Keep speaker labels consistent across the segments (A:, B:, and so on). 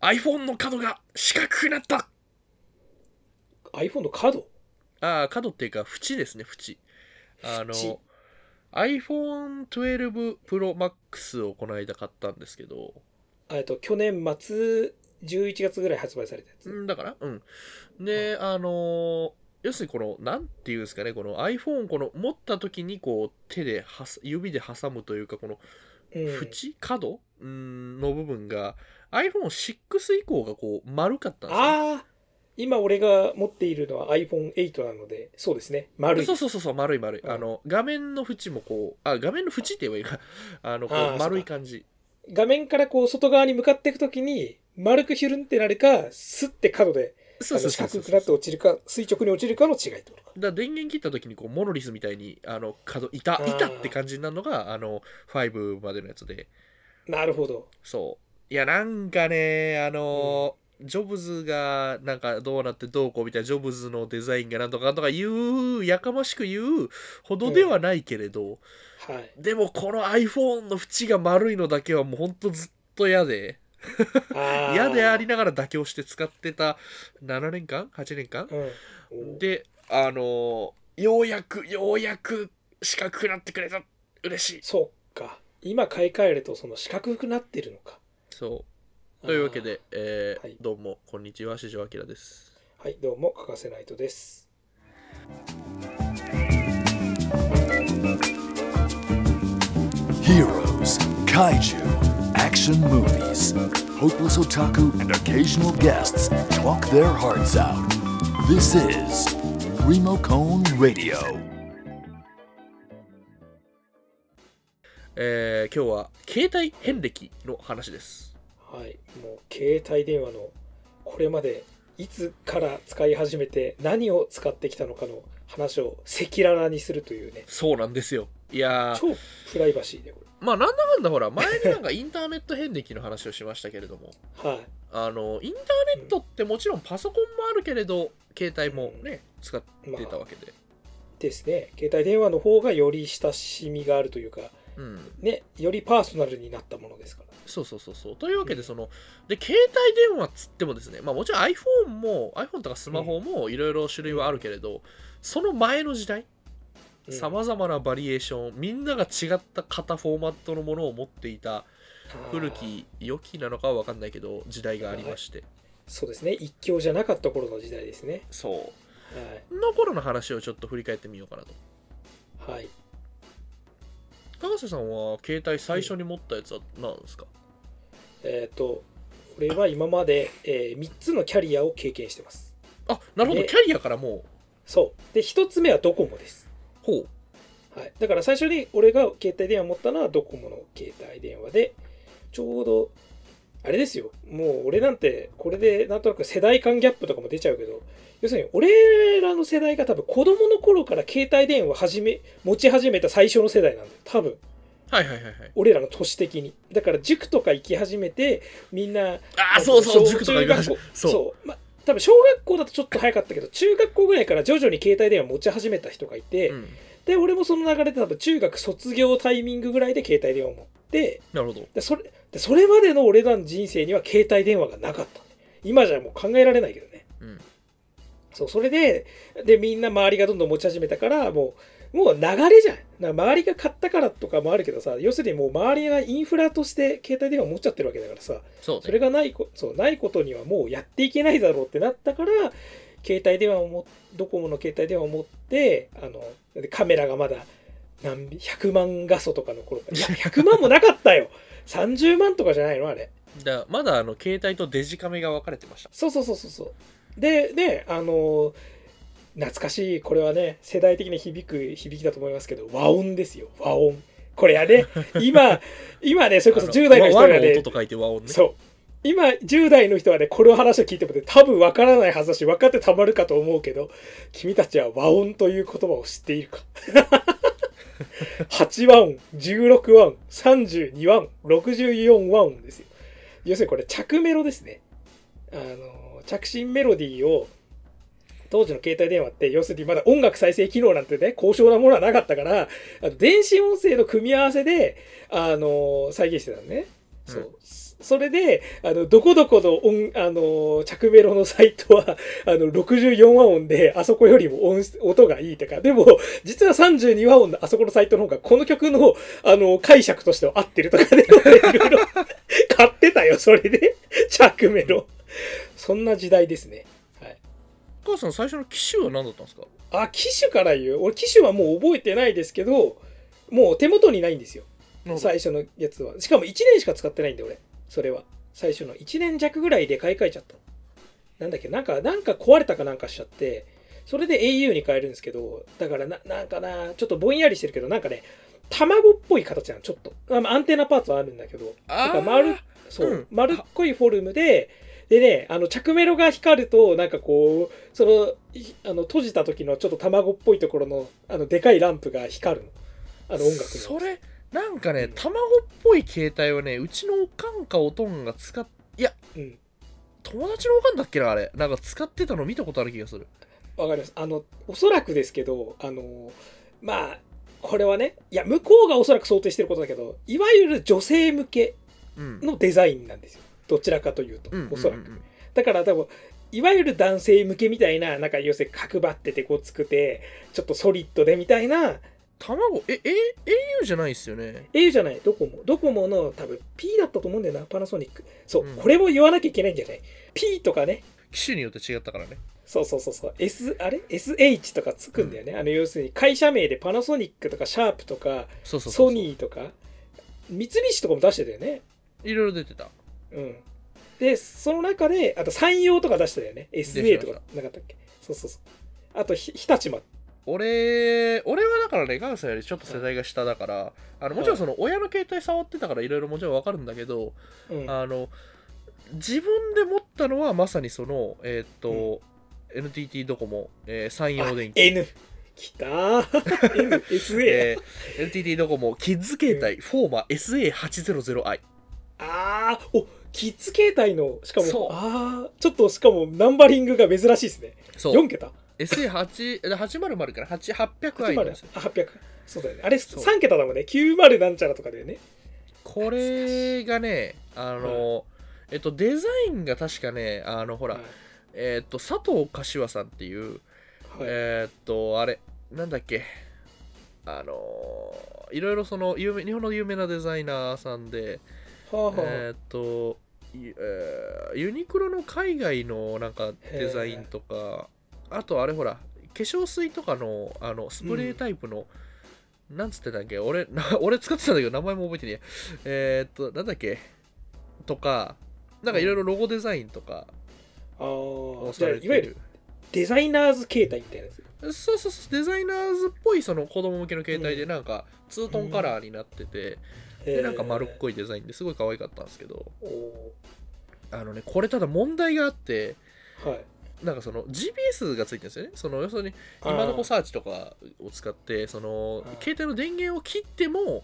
A: iPhone の角が四角くなった
B: iPhone の角
A: ああ、角っていうか、縁ですね、縁。あ
B: 縁
A: の、iPhone12 Pro Max をこの間買ったんですけど、
B: えっと、去年末、11月ぐらい発売されたやつ。
A: んだからうん。で、あのー要するにこの、なんていうんですかね、この iPhone をこの持った時にこう手ではさ、指で挟むというか、この
B: うん。
A: 縁、角うんの部分が iPhone6 以降がこう丸かったんですよね。
B: ああ今俺が持っているのは iPhone8 なので、そうですね。丸い。
A: そうそうそうそう丸い丸い、
B: うん
A: あの画面の縁もこうあ画面の縁って言えばいいか あのこ
B: あー
A: う丸い感じ
B: 画面からこう外側に向かっていくときに、丸くひゅるんってなるか、スッて角で、あ
A: そうそ
B: の
A: う
B: 四
A: そうそ
B: 角
A: う
B: くなって落ちるか、垂直に落ちるかの違いってことか。
A: だから電源切った時にこうモノリスみたいにあの角板
B: あー
A: 板って感じになるのがあの5までのやつで
B: なるほど。
A: そういやなんかねあの、ジョブズがなんかどうなってどうこうみたいなジョブズのデザインがなんとかなんとか言うやかましく言うほどではないけれど、
B: はい。
A: でもこの iPhone の縁が丸いのだけはもうほんとずっと嫌で。
B: あー
A: 嫌であり。ながら妥協して使ってた7年間8年間
B: うん。
A: であのーようやくようやく四角くなってくれた嬉しい
B: そっか。今買い替えると、その四角くなってるのか。
A: そうというわけで、えー
B: はい
A: どうもこんにちは四条明です
B: あー。はい、どうも、欠かせないとです。
C: Heroes, kaiju, action movies. Hopeless otaku and occasional guests talk their hearts out. This is Remocone Radio.
A: えー今日は携帯遍歴の話です
B: はい、もう携帯電話のこれまでいつから使い始めて何を使ってきたのかの話を赤裸々にするというね
A: そうなんですよいやー
B: 超プライバシーでこ
A: まあなんだかんだほら前になんかインターネット遍歴の話をしましたけれども
B: れはい
A: あのインターネットってもちろんパソコンもあるけれど携帯もね使ってたわけで、
B: ですね携帯電話の方がより親しみがあるというか
A: うん、
B: ねよりパーソナルになったものですから
A: そうそうそうそう。というわけ
B: うん
A: で、その、で、携帯電話っつってもですね、まあもちろん iPhone も、iPhone とかスマホもいろいろ種類はあるけれど、その前の時代、
B: うん
A: さまざまなバリエーション、みんなが違った型、フォーマットのものを持っていた、古
B: あー
A: き良きなのかは分かんないけど、時代がありまして、
B: そうですね一強じゃなかった頃の時代ですね
A: そ
B: は
A: う。の頃の話をちょっと振り返ってみようかなと。
B: い、はい、
A: 高瀬さんは、携帯最初に持ったやつは何ですか、
B: えっ、と俺は今まで、え3つのキャリアを経験してます
A: あ、なるほど、
B: で
A: キャリアからもう、
B: そうで1つ目はドコモです
A: ほう。
B: はい、だから最初に俺が携帯電話持ったのはドコモの携帯電話でちょうどあれですよもう俺なんてこれでなんとなく世代間ギャップとかも出ちゃうけど要するに俺らの世代が多分子供の頃から携帯電話始め持ち始めた最初の世代なんだよ多分
A: はいはいはいはい。
B: 俺らの都市的にだから塾とか行き始めてみんな
A: ああ、そうそう、
B: 小
A: 塾とか行く話
B: 中学校
A: そう。
B: そう、まあ、多分小学校だとちょっと早かったけど中学校ぐらいから徐々に携帯電話持ち始めた人がいて、
A: うん、
B: で俺もその流れで多分中学卒業タイミングぐらいで携帯電話を持って
A: なるほど。
B: でそれでそれまでの俺らの人生には携帯電話がなかった今じゃもう考えられないけどね
A: うん。
B: そうそれででみんな周りがどんどん持ち始めたからもうもう流れじゃんな周りが買ったからとかもあるけどさ要するにもう周りがインフラとして携帯電話持っちゃってるわけだからさ
A: そうね。
B: それがないこそうないことにはもうやっていけないだろうってなったから携帯電話をもドコモの携帯電話を持ってあのでカメラがまだ何100万画素とかの 頃からいや100万もなかったよ30万とかじゃないのあれ
A: だまだあの携帯とデジカメが分かれてました。
B: そうそうそうそうそうでであの懐かしいこれはね世代的に響く響きだと思いますけど和音ですよ和音これやね今今ねそれこそ10代の人
A: 和
B: が
A: 和の
B: ね
A: 音と書いて和音ね。
B: そう。今、10代の人はね、これを話を聞いてもね、多分わからないはずだし、分かってたまるかと思うけど、君たちは和音という言葉を知っている か。8和音、16和音、32和音、64和音ですよ。要するにこれ、着メロですね。あの、着信メロディーを、当時の携帯電話って、要するにまだ音楽再生機能なんてね、高尚なものはなかったから、あの電子音声の組み合わせで、あの、再現してたのね。そう、それで、あの、どこどこの音、あの、着メロのサイトは、 あの、64和音で、あそこよりも音音がいいとか、でも、実は32和音のあそこのサイトの方が、この曲の、あの、解釈としては合ってるとかで、 いろいろ買ってたよ、それで。着メロ。そんな時代ですね。はい。
A: お母さん最初の機種は何だったんですか
B: あ、機種から言う。俺、機種はもう覚えてないですけど、もう手元にないんですよ。最初のやつはしかも1年しか使ってないんで俺それは最初の1年弱ぐらいで買い替えちゃったのなんだっけなんかなんか壊れたかなんかしちゃってそれで au に変えるんですけどだからななんかなちょっとぼんやりしてるけどなんかね卵っぽい形なのちょっとあまあアンテナパーツはあるんだけど
A: あー
B: なんか丸そう、
A: うん
B: 丸っこいフォルムででねあの着メロが光るとなんかこうそのいあの閉じた時のちょっと卵っぽいところのあのでかいランプが光るのあの音楽の
A: それなんかね
B: うん
A: 卵っぽい携帯はねうちのおかんかおとんが使っいや
B: うん
A: 友達のおかんだっけなあれなんか使ってたの見たことある気がする
B: わかります。あの、おそらくですけど、あの、まあ、これはね、いや、向こうがおそらく想定してることだけど、いわゆる女性向け
A: うん
B: のデザインなんですよ。どちらかというと
A: うんうん、
B: おそら
A: う
B: く。
A: ん
B: だから多分、いわゆる男性向けみたいな、なんか要するに角張っててごつくて、ちょっとソリッドでみたいな、
A: 卵ええ au じゃないっすよね
B: au じゃない、ドコモ。ドコモの多分 P だったと思うんだよな、パナソニック。そう、
A: うん
B: これも言わなきゃいけないんじゃない ?P とかね、
A: 機種によって違ったからね
B: そうそうそうそう。S、あれ ?SH とかつくんだよね。あの、要するに会社名でパナソニックとかシャープとか
A: そうそうそう
B: ソニーとか三菱とかも出してたよね。
A: いろいろ出てた
B: うん。で、その中で、あと山陽とか出してたよね。SA とかなかったっけそうそうそう。あとひ、日立ま。
A: 俺俺はだからねガウさんよりちょっと世代が下だからあのもちろんその親の携帯触ってたからいろいろもちろんわかるんだけど
B: うん。
A: あの自分で持ったのはまさにそのえーっと、NTT ドコモ、えー山陽電機
B: N。きた ー。N、SA。
A: えー NTT ドコモキッズ携帯フォーマ SA800i
B: あー、おキッズ携帯の、しか
A: そう
B: も、あー、ちょっとしかもナンバリングが珍しいですね。
A: そ
B: 4
A: う
B: 桁
A: SA800 かな8 800i なんですよ
B: あ800そうだよねあれ
A: そう
B: 3桁だもんね90なんちゃらとかだよね
A: これがねあの、えっとデザインが確かねあのほら、
B: はい
A: えっと佐藤柏さんっていう、
B: はい
A: えーっと、あれ、なんだっけ、あのーいろいろその有名、日本の有名なデザイナーさんで、
B: はあはあ
A: えーっと、いえーユニクロの海外のなんかデザインとか、あとあれほら、化粧水とかのあのスプレータイプの、なんつってたっけ俺、な 俺使ってたんだけど、名前も覚えてねえ。えーっと、なんだっけとか、なんかいろいろロゴデザインとか
B: あー
A: を
B: じ
A: さ
B: ゃあ
A: れ
B: いわゆ
A: てる
B: る。デザイナーズ形態みたいなやつ
A: そうそうそうデザイナーズっぽいその子供向けの携帯でなんかツートンカラーになってて、でなんか丸っこいデザインですごい可愛かったんですけど
B: いお
A: あのねこれただ問題があって
B: ーはい
A: なんかその GPS がついてるんですよねその要するに今の子サーチとかを使ってその
B: あー
A: 携帯の電源を切っても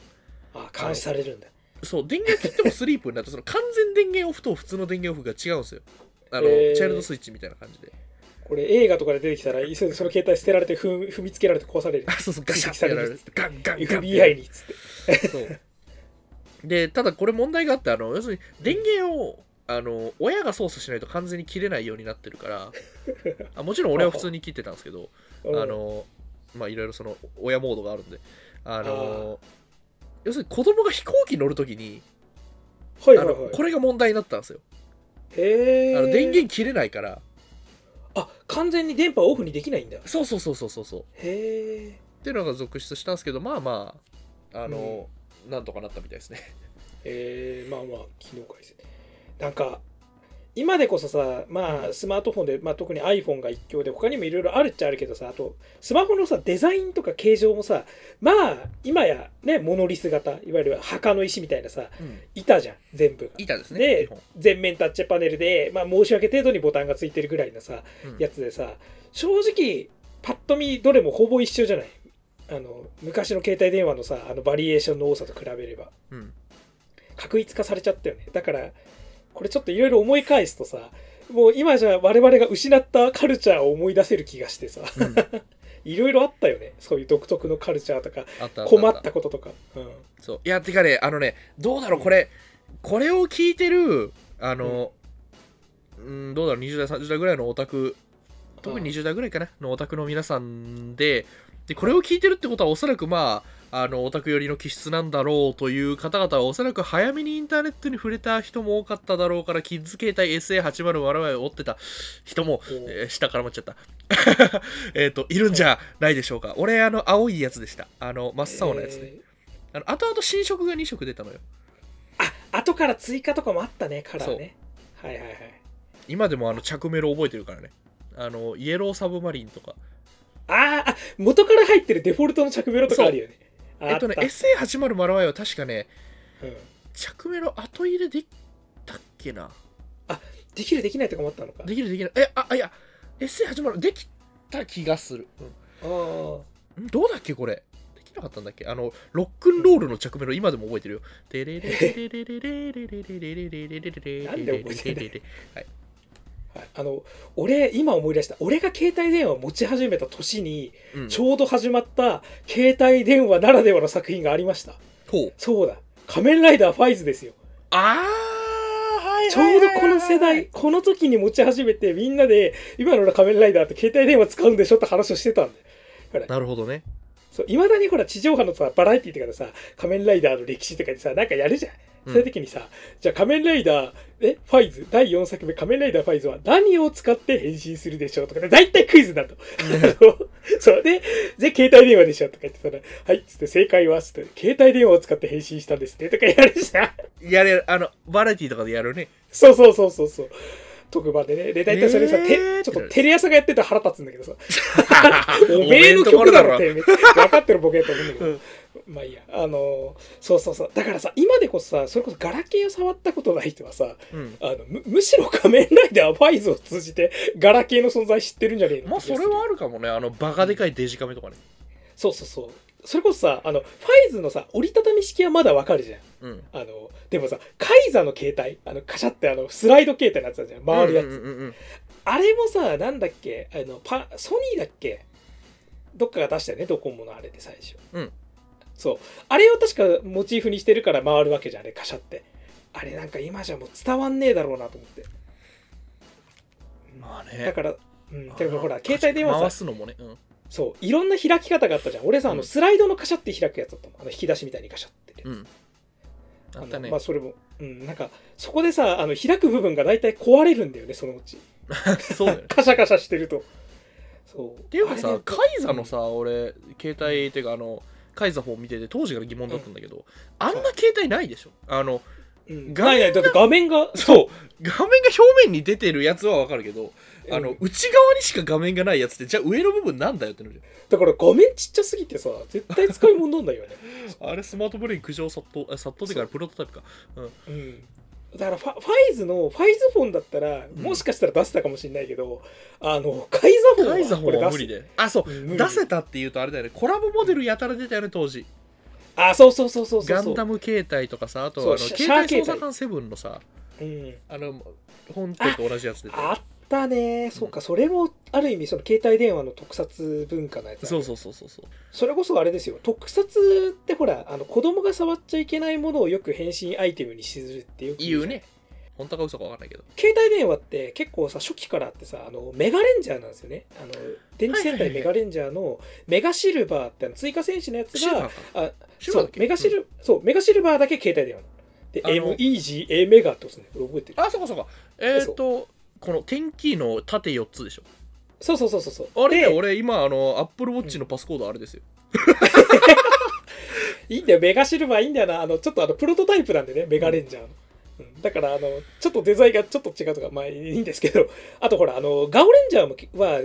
B: あーあー監視されるんだ
A: そう電源を切ってもスリープ になってその完全電源オフと普通の電源オフが違うんですよあの、
B: へー
A: チャイルドスイッチみたいな感じで
B: これ映画とかで出てきたらいっそその携帯捨てられて踏み踏みつけられて壊される
A: あそうそうガシャッてや られるガンガンガンってやられる
B: FBI にっつって
A: そうでただこれ問題があってあの要するに電源をあの親が操作しないと完全に切れないようになってるからあもちろん俺は普通に切ってたんですけど
B: あ
A: あのまあいろいろその親モードがあるんであの要するに子供が飛行機に乗るときに
B: はい
A: あ
B: はい
A: の
B: はい
A: これが問題になったんですよあ
B: へえ
A: の電源切れないから
B: あ完全に電波オフにできないんだ
A: そうそうそうそうそうそうっ
B: へえ
A: ていうのが続出したんですけどまあまああの、なんとかなったみたいですね
B: えー、まあまあ機能改善なんか今でこそさまあスマートフォンで、まあ、特に iPhone が一強で他にもいろいろあるっちゃあるけどさあとスマホのさデザインとか形状もさまあ今やねモノリス型いわゆる墓の石みたいなさ
A: うん
B: 板じゃん全部が。
A: 板ですね
B: で
A: 基本
B: 全面タッチパネルで、まあ、申し訳程度にボタンがついてるぐらいのさ
A: うん
B: やつでさ正直パッと見どれもほぼ一緒じゃないあの昔の携帯電話のさあのバリエーションの多さと比べれば。
A: うん
B: 確一化されちゃったよねだからこれちょっといろいろ思い返すとさもう今じゃ我々が失ったカルチャーを思い出せる気がしてさ
A: うん
B: いろいろあったよねそういう独特のカルチャーとか
A: あったあったあった
B: 困ったこととか、うん、
A: そういやてかねあのねどうだろうこれこれを聞いてるあの、うん、どうだろう20代30代ぐらいのオタク特に20代ぐらいかなのオタクの皆さんででこれを聞いてるってことはおそらくまああのオタク寄りの気質なんだろうという方々はおそらく早めにインターネットに触れた人も多かっただろうからキッズ携帯 SA8000 を追ってた人も、
B: お
A: えー下から持っちゃった えっといるんじゃないでしょうか俺あの青いやつでしたあの真っ青なやつね、
B: えー
A: あの後々新色が2色出たのよ
B: あ後から追加とかもあったねカラーねはいはいはい
A: 今でもあの着メロ覚えてるからねあのイエローサブマリンとか
B: あーあ元から入ってるデフォルトの着メロとかあるよね
A: えっとね SA80 マラワイは確かね
B: たうん
A: 着メロ後入れできたっけな
B: できるできないとかもあったのか
A: できるできないえああいや SA80 できた気がする、
B: あー
A: うん、んどうだっけこれできなかったんだっけあのロックンロールの着メロ今でも覚えてるよでれれれれれれれれれれれれれれれれ
B: なんで覚えてんだ
A: れ
B: はいあの俺今思い出した俺が携帯電話を持ち始めた年に
A: うん
B: ちょうど始まった携帯電話ならではの作品がありました
A: ほう
B: そうだ仮面ライダーファイズですよ
A: あーはい
B: ち
A: は
B: ょ
A: いうはい
B: ど
A: はい
B: この世
A: はい
B: 代この時に持ち始めてみんなで今の仮面ライダーって携帯電話使うんでしょって話をしてたんだよ
A: なるほどね
B: そう、いまだにほら、地上波のさ、バラエティとかでさ、仮面ライダーの歴史とかでさ、なんかやるじゃん。そういう時にさ、じゃあ仮面ライダー、え、ファイズ、第4作目、仮面ライダーファイズは何を使って変身するでしょうとかで、だいたいクイズだと。 そうで、で、携帯電話でしょとか言ってたら、はい、つって正解は、つって、携帯電話を使って変身したんですね、とかやるじゃん。
A: やれあのバラエティとかでやるね
B: そうそうそうそうそう。特番でね。で、大体それさ、
A: えー
B: てちょっとテレ朝がやってたら腹立つんだけどさ。 お
A: お
B: め
A: め
B: え
A: え
B: の
A: の
B: 曲
A: 曲だ
B: だろ
A: ろ
B: って。分かってるボケやと思うんだけど。まあいいや。あのーそうそうそう。だからさ、今でこそさ、それこそガラケーを触ったことない人はさ、
A: うん
B: あのむむしろ仮面ライダーファイズを通じて、ガラケーの存在知ってるんじゃねえの
A: まあそれはあるかもねあのバカでかいデジカメとかね
B: そうそうそう。それこそさ、あの、ファイズのさ、折りたたみ式はまだわかるじゃん。
A: うん
B: あの、でもさ、カイザーの携帯、あの、カシャってあの、スライド携帯のやつあるじゃん。回るやつ。
A: うんうんうんうん
B: あれもさ、なんだっけ、あのパソニーだっけどっかが出したよね、ドコモのあれで最初。
A: うん
B: そう。あれを確かモチーフにしてるから回るわけじゃん、あれ、カシャって。あれなんか今じゃもう伝わんねえだろうなと思って。
A: まあね
B: だから、うん、だからほら、
A: あ
B: 携帯電話
A: 回
B: さ、
A: すのもね、うん
B: そう、いろんな開き方があったじゃん。俺さ、あの、スライドのカシャって開くやつだったもん。あの、引き出しみたいにカシャって。
A: うん、あ
B: あ
A: った
B: の
A: ね、
B: まあそれも、うん、なんかそこでさあの開く部分が大体壊れるんだよねそのうち
A: そうだよね
B: カシャカシャしてるとそうっ
A: っていうかさカイザのさ俺携帯っていうかあのカイザ4見てて当時から疑問だったんだけど、あんな携帯ないでしょあの
B: うん、
A: 画面が
B: ないないだって画面がそう
A: 画面が表面に出てるやつはわかるけどあの、
B: うん
A: 内側にしか画面がないやつってじゃあ上の部分なんだよってなるじ
B: だから画面ちっちゃすぎてさ絶対使い物になんだよね、
A: ゃんあれスマートブレイン苦情殺到あ殺到っていうかプロトタイプか
B: うん、だからファファイズのファイズフォンだったら
A: ん
B: もしかしたら出せたかもしれないけど、あのカイザフォンは
A: カイザ4は無理
B: で
A: であそう
B: うん無理
A: 出せたっていうとあれだよねコラボモデルやたら出たよね当時
B: あそうそうそうそうそう
A: ガンダ
B: ム、
A: ム携帯とかさあとあ
B: そう
A: の
B: シャ
A: 携
B: シャー
A: 帯
B: 携帯
A: 捜査官セブンのさ
B: うん、
A: あの本編と同じやつ出てる
B: あったねそうかそれもある意味その携帯電話の特撮文化のやつだね
A: そうそうそうそうそう
B: それこそあれですよ特撮ってほらあの子供が触っちゃいけないものをよく変身アイテムにするってよく
A: 言う
B: じゃん
A: ね本当か嘘かわかんないけど
B: 携帯電話って結構さ初期からあってさあのメガレンジャーなんですよねあの電池戦
A: はいはい
B: 隊
A: はい
B: メガレンジャーのメガシルバーってあの追加戦士のやつ
A: シルバー
B: が
A: か
B: あ
A: シルバ
B: そ
A: ーだ
B: う
A: っけ
B: メガシル、そうメガシルバーだけ携帯電話
A: あの
B: で MEGA メガってことねこれ覚えてる
A: あそうかそうかえっ、とこの天気の縦4つでしょ
B: そうそうそうそうそう
A: あれね
B: で
A: 俺今あのアップルウォッチのパスコードあれですよ、
B: いいんだよメガシルバーいいんだよなあのちょっとあのプロトタイプなんでねメガレンジャーの、うんだからあのちょっとデザインがちょっと違うとかまあいいんですけどあとほらあのガオレンジャーもきは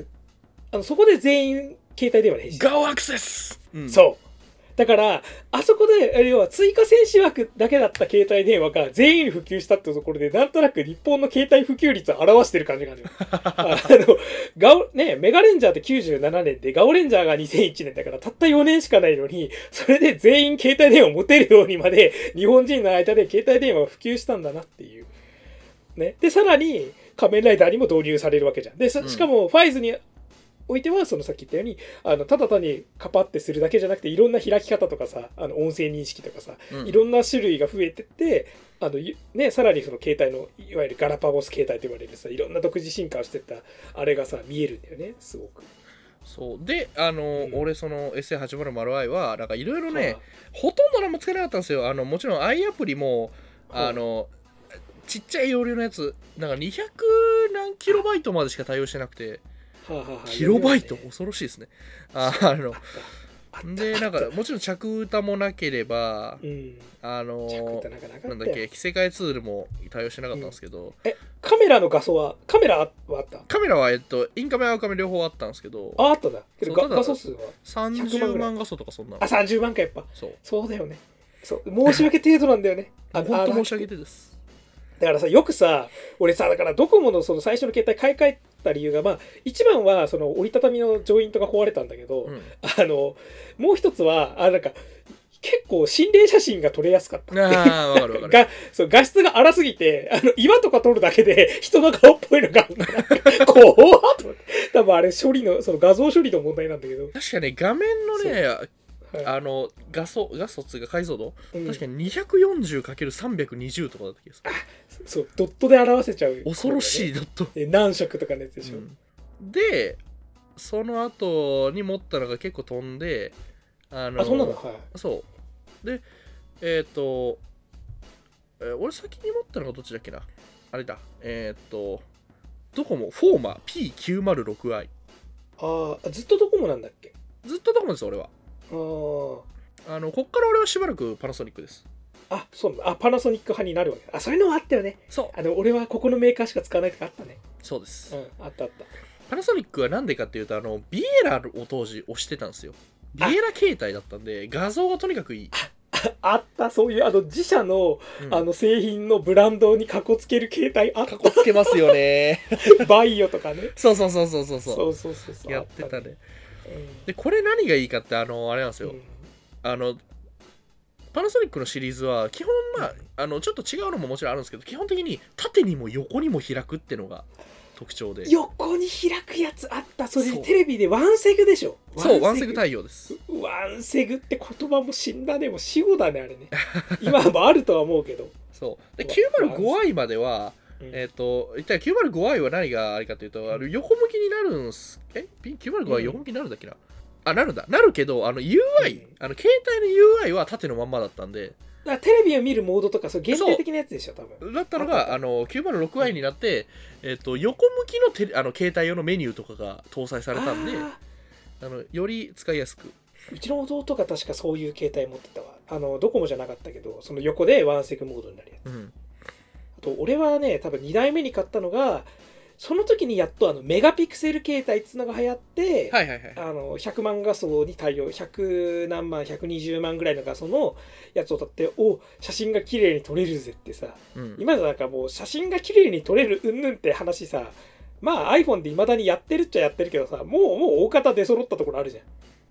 B: あのそこで全員携帯電話で変身
A: ガオアクセス、うん
B: そうだからあそこでえ要は追加選手枠だけだった携帯電話が全員に普及したってところでなんとなく日本の携帯普及率を表してる感じがあ るよあのガオ、ね、メガレンジャーって97年でガオレンジャーが2001年だからたった4年しかないのにそれで全員携帯電話を持てるようにまで日本人の間で携帯電話が普及したんだなっていう。ね、でさらに仮面ライダーにも導入されるわけじゃん。でさしかもファイズにおいてはそのさっき言ったようにあのただ単にカパってするだけじゃなくていろんな開き方とかさあの音声認識とかさ、
A: うん
B: いろんな種類が増えてってあのゆね、さらにその携帯のいわゆるガラパゴス携帯と言われるさいろんな独自進化をしてったあれがさ見えるんだよねすごく。
A: そうであの、
B: うん
A: 俺その SA800i はなんかいろいろね、
B: はい
A: ほとんど何もつけなかったんですよあのもちろん i アプリもあのちっちゃい容量のやつなんか200何キロバイトまでしか対応してなくて
B: はあはあはあ
A: キロバイト
B: 読めないね
A: 恐ろしいですねああの
B: あった
A: でなんかもちろん着歌もなければ
B: うん
A: あの
B: 着衣ってなかなかあ
A: な
B: っ
A: ん
B: た
A: だ
B: よ
A: っけ着せ替えツールも対応してなかったんですけど、
B: えカメラの画素はカメラはあった
A: カメラはえっとインカメアウトカメ両方あったんですけど
B: ああったんだけ
A: そ
B: ど
A: う
B: が
A: ただ
B: 画素数は
A: 30万画素とかそんな
B: あ
A: の
B: 30万かやっぱ
A: そう
B: そうだよねそう申し訳程度なんだよねあ
A: 本
B: のあ
A: 当
B: の
A: 申し上げてです
B: だからさよくさ俺さだからドコモのその最初の携帯買い替えた理由がまあ一番はその折りたたみのジョイントが壊れたんだけど、
A: うん
B: あのもう一つはあなんか結構心霊写真が撮れやすかった
A: ああわかるわかる
B: がそう画質が荒すぎてあの岩とか撮るだけで人の顔っぽいのが 怖っと思って多分あれ処理のその画像処理の問題なんだけど、
A: 確かね画面のね
B: はい
A: あの画素画素っつうか解像度、
B: うん
A: 確かに 240×320 とかだった気がする
B: そうドットで表せちゃう
A: 恐ろし
B: い
A: いだと、
B: 何色とかのやつでしょ、
A: うんでその後に持ったのが結構飛んであの
B: あそんなのはい
A: そうでえっ、と、えー俺先に持ったのがどっちだっけなあれだえっ、とドコモフォーマー P906i
B: ああずっとドコモなんだっけ
A: ずっとドコモです俺は
B: ああ
A: あのこっから俺はしばらくパナソニックです
B: あ、そうなんだあ、パナソニック派になるわけだ。あ、そういうのもあったよね。
A: そ
B: あの、俺はここのメーカーしか使わないとかあったね。
A: うそうです
B: うん、あったあった。
A: パナソニックはなんでかっていうとあのビエラを当時押してたんですよビエラ携帯だったんで画像がとにかくいい、
B: あった、そういう、あの、自社の、
A: うん
B: あの、製品のブランドにかこつける携帯あっ
A: かっこつけますよね
B: た。バイオとかね。
A: そうそうそうそうそうそう
B: そうそうそうそう。
A: やってたね
B: あね。
A: でこれ何がいいかってあのあれなんです
B: うん
A: よ、
B: うん
A: あのパナソニックのシリーズは基本まああのちょっと違うのももちろんあるんですけど基本的に縦にも横にも開くってのが特徴で
B: 横に開くやつあった。それ
A: そう
B: テレビでワンセグでしょ。
A: そうワンセグ対応です
B: ワンセグって言葉も死んだね。もう死後だね、あれね。今もあるとは思うけど。
A: そうで
B: ワンセグ
A: 905i までは
B: うん
A: えっ、と一体 905i は何があれかというとあの横向きになるんすえ 905i 横向きになるんだっけな、あなるんだなるけどあの UI、
B: うん
A: あの携帯の UI は縦のまんまだったんで
B: だからテレビを見るモードとか、そう、限定的なやつでしょ、多分。
A: だったのがあの 906i になって、えっと横向きのテレあの携帯用のメニューとかが搭載されたんで
B: あー
A: あのより使いやすく
B: うちの弟が確かそういう携帯持ってたわ。あの、ドコモじゃなかったけど、その横でワンセグモードになるやつ。
A: うん
B: あと、俺はね、多分2代目に買ったのが、その時にやっとあのメガピクセル携帯っつうのが流行って、
A: はいはいはい
B: あの100万画素に対応100何万120万ぐらいの画素のやつを取ってお写真が綺麗に撮れるぜってさ
A: うん
B: 今じゃなんかもう写真が綺麗に撮れるうんぬんって話さまあ iPhone で未だにやってるっちゃやってるけどさもうもう大方出揃ったところあるじゃん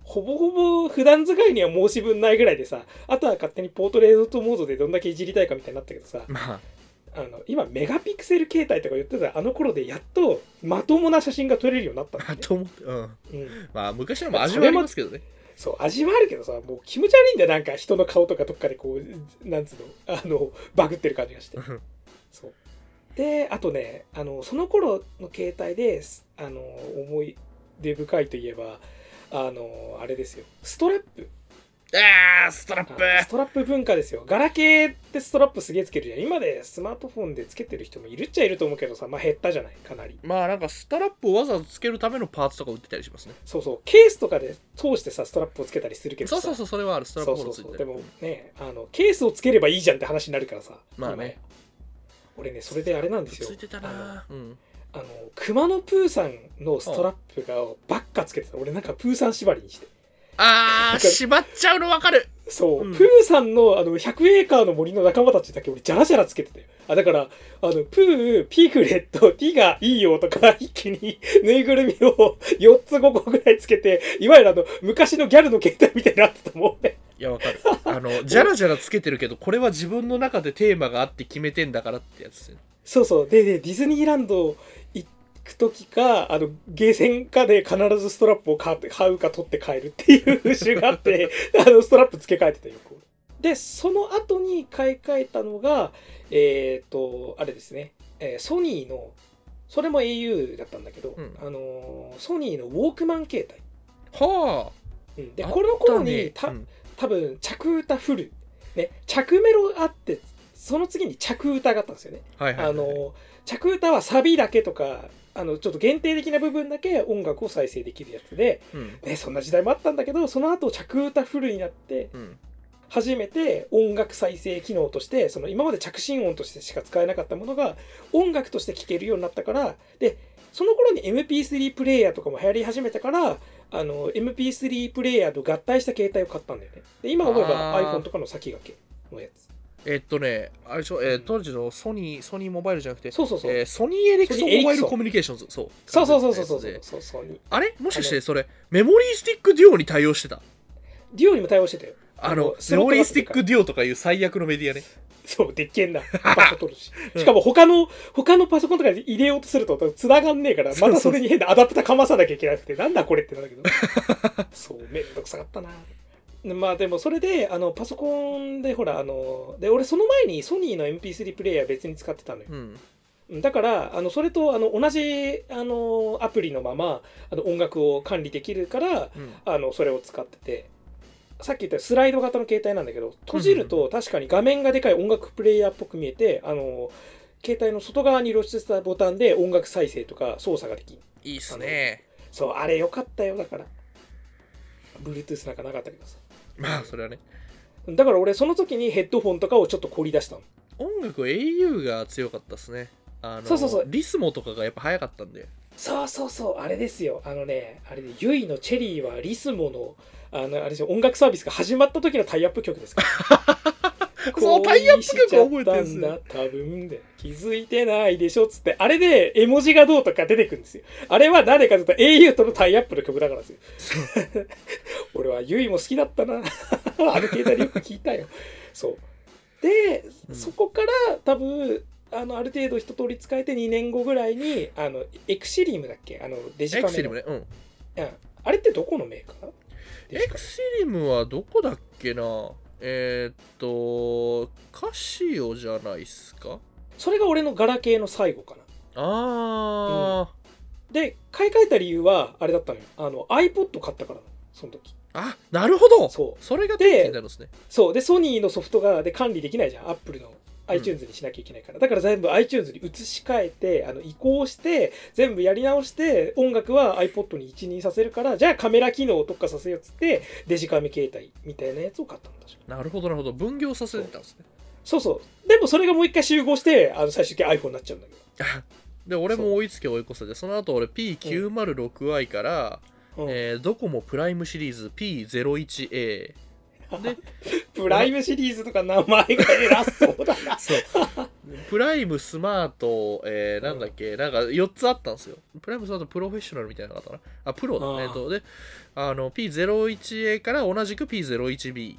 B: ほぼほぼ普段使いには申し分ないぐらいでさあとは勝手にポートレートモードでどんだけいじりたいかみたいになったけどさ
A: まあ
B: あの今メガピクセル携帯とか言ってたあの頃でやっとまともな写真が撮れるようになったんだ、
A: あ
B: ね
A: と思ってうん
B: うん、
A: まあ昔のも味はありますけどね
B: そう味はあるけどさもう気持ち悪いんだよなんか人の顔とかどっかでこうなんつうのあのバグってる感じがして
A: うん
B: そうであとねあのその頃の携帯ですあの思い出深いといえばあのあれですよストラップ
A: あーストラップ
B: あのストラップ文化ですよガラケーってストラップすげえつけるじゃん今でスマートフォンでつけてる人もいるっちゃいると思うけどさまあ減ったじゃないかなり
A: まあなんかストラップをわざわざつけるためのパーツとか売ってたりしますね
B: そうそうケースとかで通してさストラップをつけたりするけどさ
A: そうそうそうそれはあるストラッ
B: そ
A: プ
B: う
A: ホー
B: そ
A: ル
B: う
A: つい
B: そ
A: て
B: う
A: る
B: でもねあのケースをつければいいじゃんって話になるからさ
A: まあね
B: 今俺ねそれであれなんですよ
A: ついてたなうん
B: あの熊野プーさんのストラップがばっかつけてた俺なんかプーさん縛りにして
A: あー縛っちゃうのわかる
B: そう、
A: うん
B: プーさんのあの100エーカーの森の仲間たちだけ俺ジャラジャラつけてたよあだからあのプーピグレットティがいいよとか一気にぬいぐるみを4つ5個ぐらいつけていわゆるあの昔のギャルの携帯みたいになってたもんね
A: いやわ かるあのじゃらじゃらつけてるけどこれは自分の中でテーマがあって決めてんだからってやつですよね
B: そうそう。で、でディズニーランド行く時かあのゲーセンかで必ずストラップを買って買うか取って帰るっていう風習があってあのストラップ付け替えてたよくでその後に買い替えたのがえっ、とあれですね、えーソニーのそれも au だったんだけど、
A: うん
B: あのーソニーのウォークマン携
A: は
B: 帯、うんで
A: あ
B: この頃に
A: あ
B: た、
A: ったね
B: 多分着歌フル、ね、着メロあってその次に着歌があったんですよね
A: うんはいはいはい
B: あの着歌はサビだけとかあのちょっと限定的な部分だけ音楽を再生できるやつで、
A: うん
B: ね、そんな時代もあったんだけどその後着歌フルになって
A: うん
B: 初めて音楽再生機能としてその今まで着信音としてしか使えなかったものが音楽として聴けるようになったからでその頃に MP3 プレイヤーとかも流行り始めたからあの MP3 プレイヤーと合体した携帯を買ったんだよねで今思えば
A: あー
B: iPhone とかの先駆けのやつ
A: えっとねあれでしょ、えー当時のソニーソニーモバイルじゃなくて
B: そうそうそう、
A: えーソニーエレクソ
B: ソニ
A: ン
B: ーエ
A: モ
B: レクソン
A: バイルコミュニケーションズそう
B: そうそうそうそうそ
A: 完
B: う
A: 全なやつで
B: そうそうに
A: あれもしかしてそれメモリースティックデュオに対応してた
B: デュオにも対応してたよ
A: あ
B: あ
A: の
B: の
A: メ
B: スロットが
A: モリースティックデュオとかいう最悪のメディアね
B: そう、でっけえん な。場所取るし。しかも他の、他のパソコンとかに入れようとすると、繋がんねえから、またそれに変なアダプターかまさなきゃいけなくて、なんだこれってなんだけど。そう、めんどくさかったな。まあでもそれで、あの、パソコンでほら、あの、で、俺その前にソニーの MP3 プレイヤー別に使ってたのよ。
A: うん
B: だから、あの、それと、あの、同じ、あの、アプリのまま、あの、音楽を管理できるから、
A: うん
B: あのそれを使っててさっき言ったスライド型の携帯なんだけど閉じると確かに画面がでかい音楽プレイヤーっぽく見えてあの携帯の外側に露出したボタンで音楽再生とか操作ができる
A: いいっすね
B: そうあれよかったよだから Bluetooth なんかなかったけどさ
A: まあそれはね
B: だから俺その時にヘッドフォンとかをちょっと凝り出したの
A: 音楽 au が強かったっすねあの
B: そうそうそう
A: リスモとかがやっぱ早かったんで
B: そうそうそうあれですよあのねあれでゆいのチェリーはリスモのあのあれですよ音楽サービスが始まった時のタイアップ曲ですから
A: そうタイアップ曲覚えてるんです
B: こういう
A: よ
B: しちゃったんだ多分で気づいてないでしょっつってあれで絵文字がどうとか出てくるんですよあれは誰かというと au とのタイアップの曲だからですよ 俺はゆいも好きだったな あの携帯でよく聞いたよそうで、
A: うん
B: そこから多分あのある程度一通り使えて2年後ぐらいにあのエクシリムだっけあのデジカ
A: エ
B: メの
A: クシリムねうん
B: うんあれってどこのメーカーデ
A: エ
B: ジカ
A: ク
B: メ
A: シリムはどこだっけなえーっとカシオじゃないっすか
B: それが俺のガラケーの最後かな
A: あ
B: で買い替えた理由はあれだったのよあの iPod 買ったからなのその
A: ー、
B: 時
A: あなるほど
B: そう
A: それが
B: で
A: 天気になるんですね
B: そうでソニーのソフトがで管理できないじゃん Apple の iTunes にしなきゃいけないから、だから全部 iTunes に移し替えてあの移行して全部やり直して音楽は iPod に一任させるからじゃあカメラ機能を特化させようっつってデジカメ携帯みたいなやつを買ったの確か
A: なるほどなるほど分業させてたんですね
B: そうそうでもそれがもう一回集合してあの最終的に iPhone になっちゃうんだけ
A: で俺も追いつけ追い越せでその後俺 P906i から、
B: ど、うん
A: えードコモプライムシリーズ P01A で
B: プライムシリーズとか名前が偉そうだ な
A: そうプライムスマート、えーなんだっけ、なんか4つあったんですよプライムスマートプロフェッショナルみたいなのがあったかなあプロだね
B: あー
A: えっとであの P01A から同じく P01B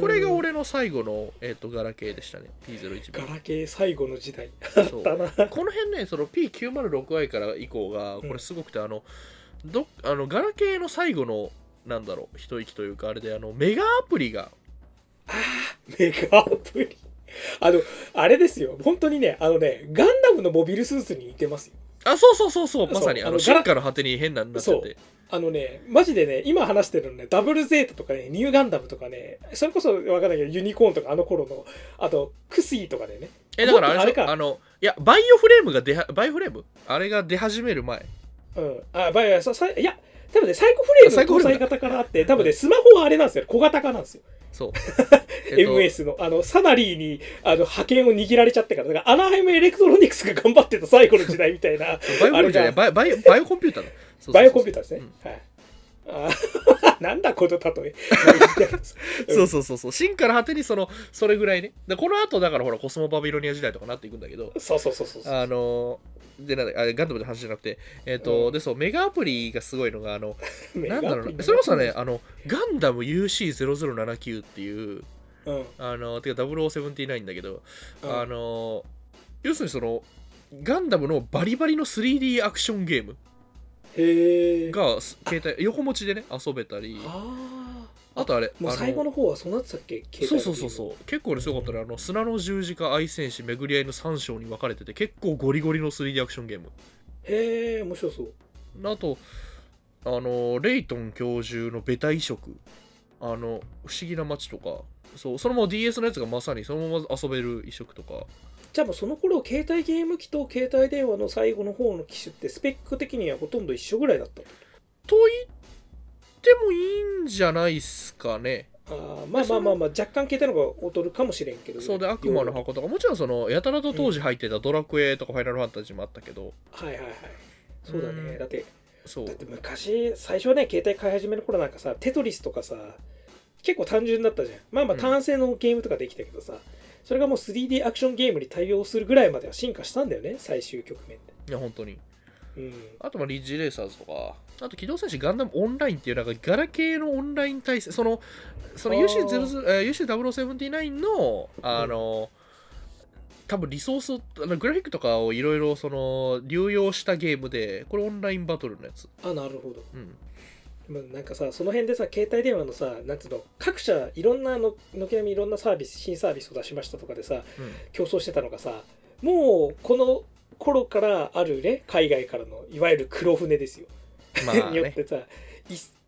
A: これが俺の最後の、えっとガラケーでしたね
B: ガ
A: P01B
B: ラケー最後の時代
A: そう
B: だな
A: この辺ね、その P906i から以降が、これすごくて、あの、どあのガラケーの最後の、なんだろう、一息というか、あれで、あの、メガアプリが、
B: メガアプリ。あの、あれですよ。本当にね、あのね、ガンダムのモビルスーツに似てますよ。
A: あ、そうそうそうそう、まさに、
B: そう
A: あ
B: あ
A: の、
B: の
A: 進化の果てに変なになっちゃっ
B: そう
A: て。
B: あのね、マジでね、今話してるのね、ダブルゼータとかね、ニューガンダムとかね、それこそわかんないけど、ユニコーンとかあの頃の、あと、クスイとかでね。
A: え、だからあれでし
B: ほん
A: ょ
B: と
A: あの、いや、バイオフレームが出は、バイオフレームあれが出始める前。
B: うん。あ、バイア、ささいや、多分ね、サイコフレー
A: サイ
B: ム
A: コフ
B: の搭
A: レー
B: 載
A: ム
B: 型からあって、多分ね、スマホはあれなんですよ。小型化なんですよ。
A: そう。
B: MS の。あの、サナリーに、あの、派遣を握られちゃってから、だから、アナハイムエレクトロニクスが頑張ってた最後の時代みたいな。
A: バイオフレームじゃない、バイバイバイオコンピューターだ。そうそうそう
B: バイオコンピューターですね
A: うん。
B: はい。あー なんだこの 例え。まあ言ってあるんです
A: そうそうそうそう進化の果てにそのそれぐらいねでこの後だからほらコスモバビロニア時代とかなっていくんだけど
B: そうそうそうそうそう。
A: あのでなんだあガンダムの話じゃなくて、えっと
B: うん
A: でそうメガアプリがすごいのがあの
B: メガ
A: なんだろう
B: ピン
A: なそれこそね。あのガンダム UC0079 っていう
B: うん。
A: あのてか0079だけど、
B: あ
A: あの要するにそのガンダムのバリバリの 3D アクションゲーム
B: へえ
A: がす携帯横持ちでね遊べたり
B: ああ
A: あとあれ
B: もう
A: あの
B: 最後の方はそうなってたっけ携帯
A: そうそうそうそう結構ねすごかったねあの砂の十字架愛戦士巡り合いの3章に分かれてて結構ゴリゴリの 3D アクションゲーム
B: へえ面白そう
A: あとあのレイトン教授のベタ移植あの不思議な街とかそうそのまま DS のやつがまさにそのまま遊べる移植とか
B: じゃあもうその頃携帯ゲーム機と携帯電話の最後の方の機種ってスペック的にはほとんど一緒ぐらいだった
A: と言ってもいいんじゃないっすかね
B: あーまあまあまあまあ若干携帯の方が劣るかもしれんけど
A: そうで悪魔の箱とかもちろんそのやたらと当時入ってたドラクエとかファイナルファンタジーもあったけど
B: はいはいはいそうだ
A: う
B: ね
A: ん
B: だって
A: そう
B: だって昔最初はね携帯買い始めの頃なんかさテトリスとかさ結構単純だったじゃんまあまあ
A: うん
B: 単性のゲームとかできたけどさ、それがもう 3D アクションゲームに対応するぐらいまでは進化したんだよね最終局面で
A: いや本当に
B: うん
A: あとまあリッジレーサーズとかあと機動戦士ガンダムオンラインっていうなんかガラケーのオンライン対戦そのその
B: あー
A: UC00 えー UC0079 のあの、多分リソースをあのグラフィックとかをいろいろその流用したゲームでこれオンラインバトルのやつ
B: あなるほど
A: うん
B: まあなんかさその辺でさ携帯電話のさなんつうの各社いろんなの軒並みいろんなサービス新サービスを出しましたとかでさ
A: うん
B: 競争してたのがさもうこの頃からあるね海外からのいわゆる黒船ですよ
A: まあ
B: によっ
A: ね
B: てさい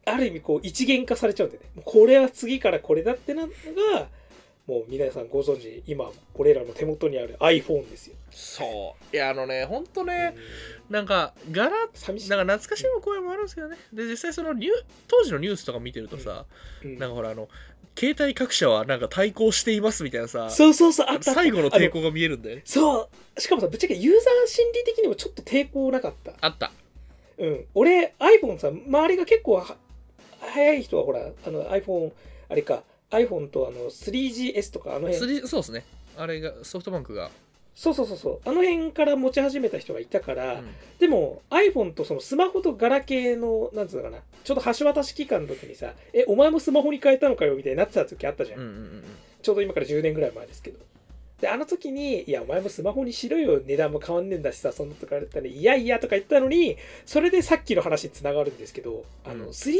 B: ある意味こう一元化されちゃうんでねもうこれは次からこれだってなのがもう皆さんご存知今俺らの手元にある iPhone ですよ、
A: そういやあのね本当ね、
B: うん
A: なんか柄
B: 寂しい
A: なんか懐かしむ声もあるんですけどね。で、実際そのニュー当時のニュースとか見てるとさ、
B: うん
A: なんかほら、あの、携帯各社はなんか対抗していますみたいなさ、
B: そうそうそうあった
A: 最後の抵
B: あ
A: 抗が見えるんだよね。
B: そうしかもさぶっちゃけユーザー心理的にもちょっと抵抗なかった
A: あった。
B: うん俺 iPhone さ周りが結構は早い人はほらあの iPhone あれか iPhone とあの 3GS とかあの辺
A: すりそうですね。あれが、ソフトバンクが。
B: そうそうそうそうあの辺から持ち始めた人がいたから、
A: うん
B: でも iPhone とそのスマホとガラケーのなんつうのかなちょっと橋渡し期間の時にさえお前もスマホに変えたのかよみたいになってた時あったじゃん、
A: うんうんうん
B: ちょうど今から10年ぐらい前ですけどであの時に「いやお前もスマホにしろよ値段も変わんねえんだしさそんなとか言ったらいやいや」とか言ったのにそれでさっきの話につながるんですけどあ
A: う
B: の、
A: ん
B: 3GS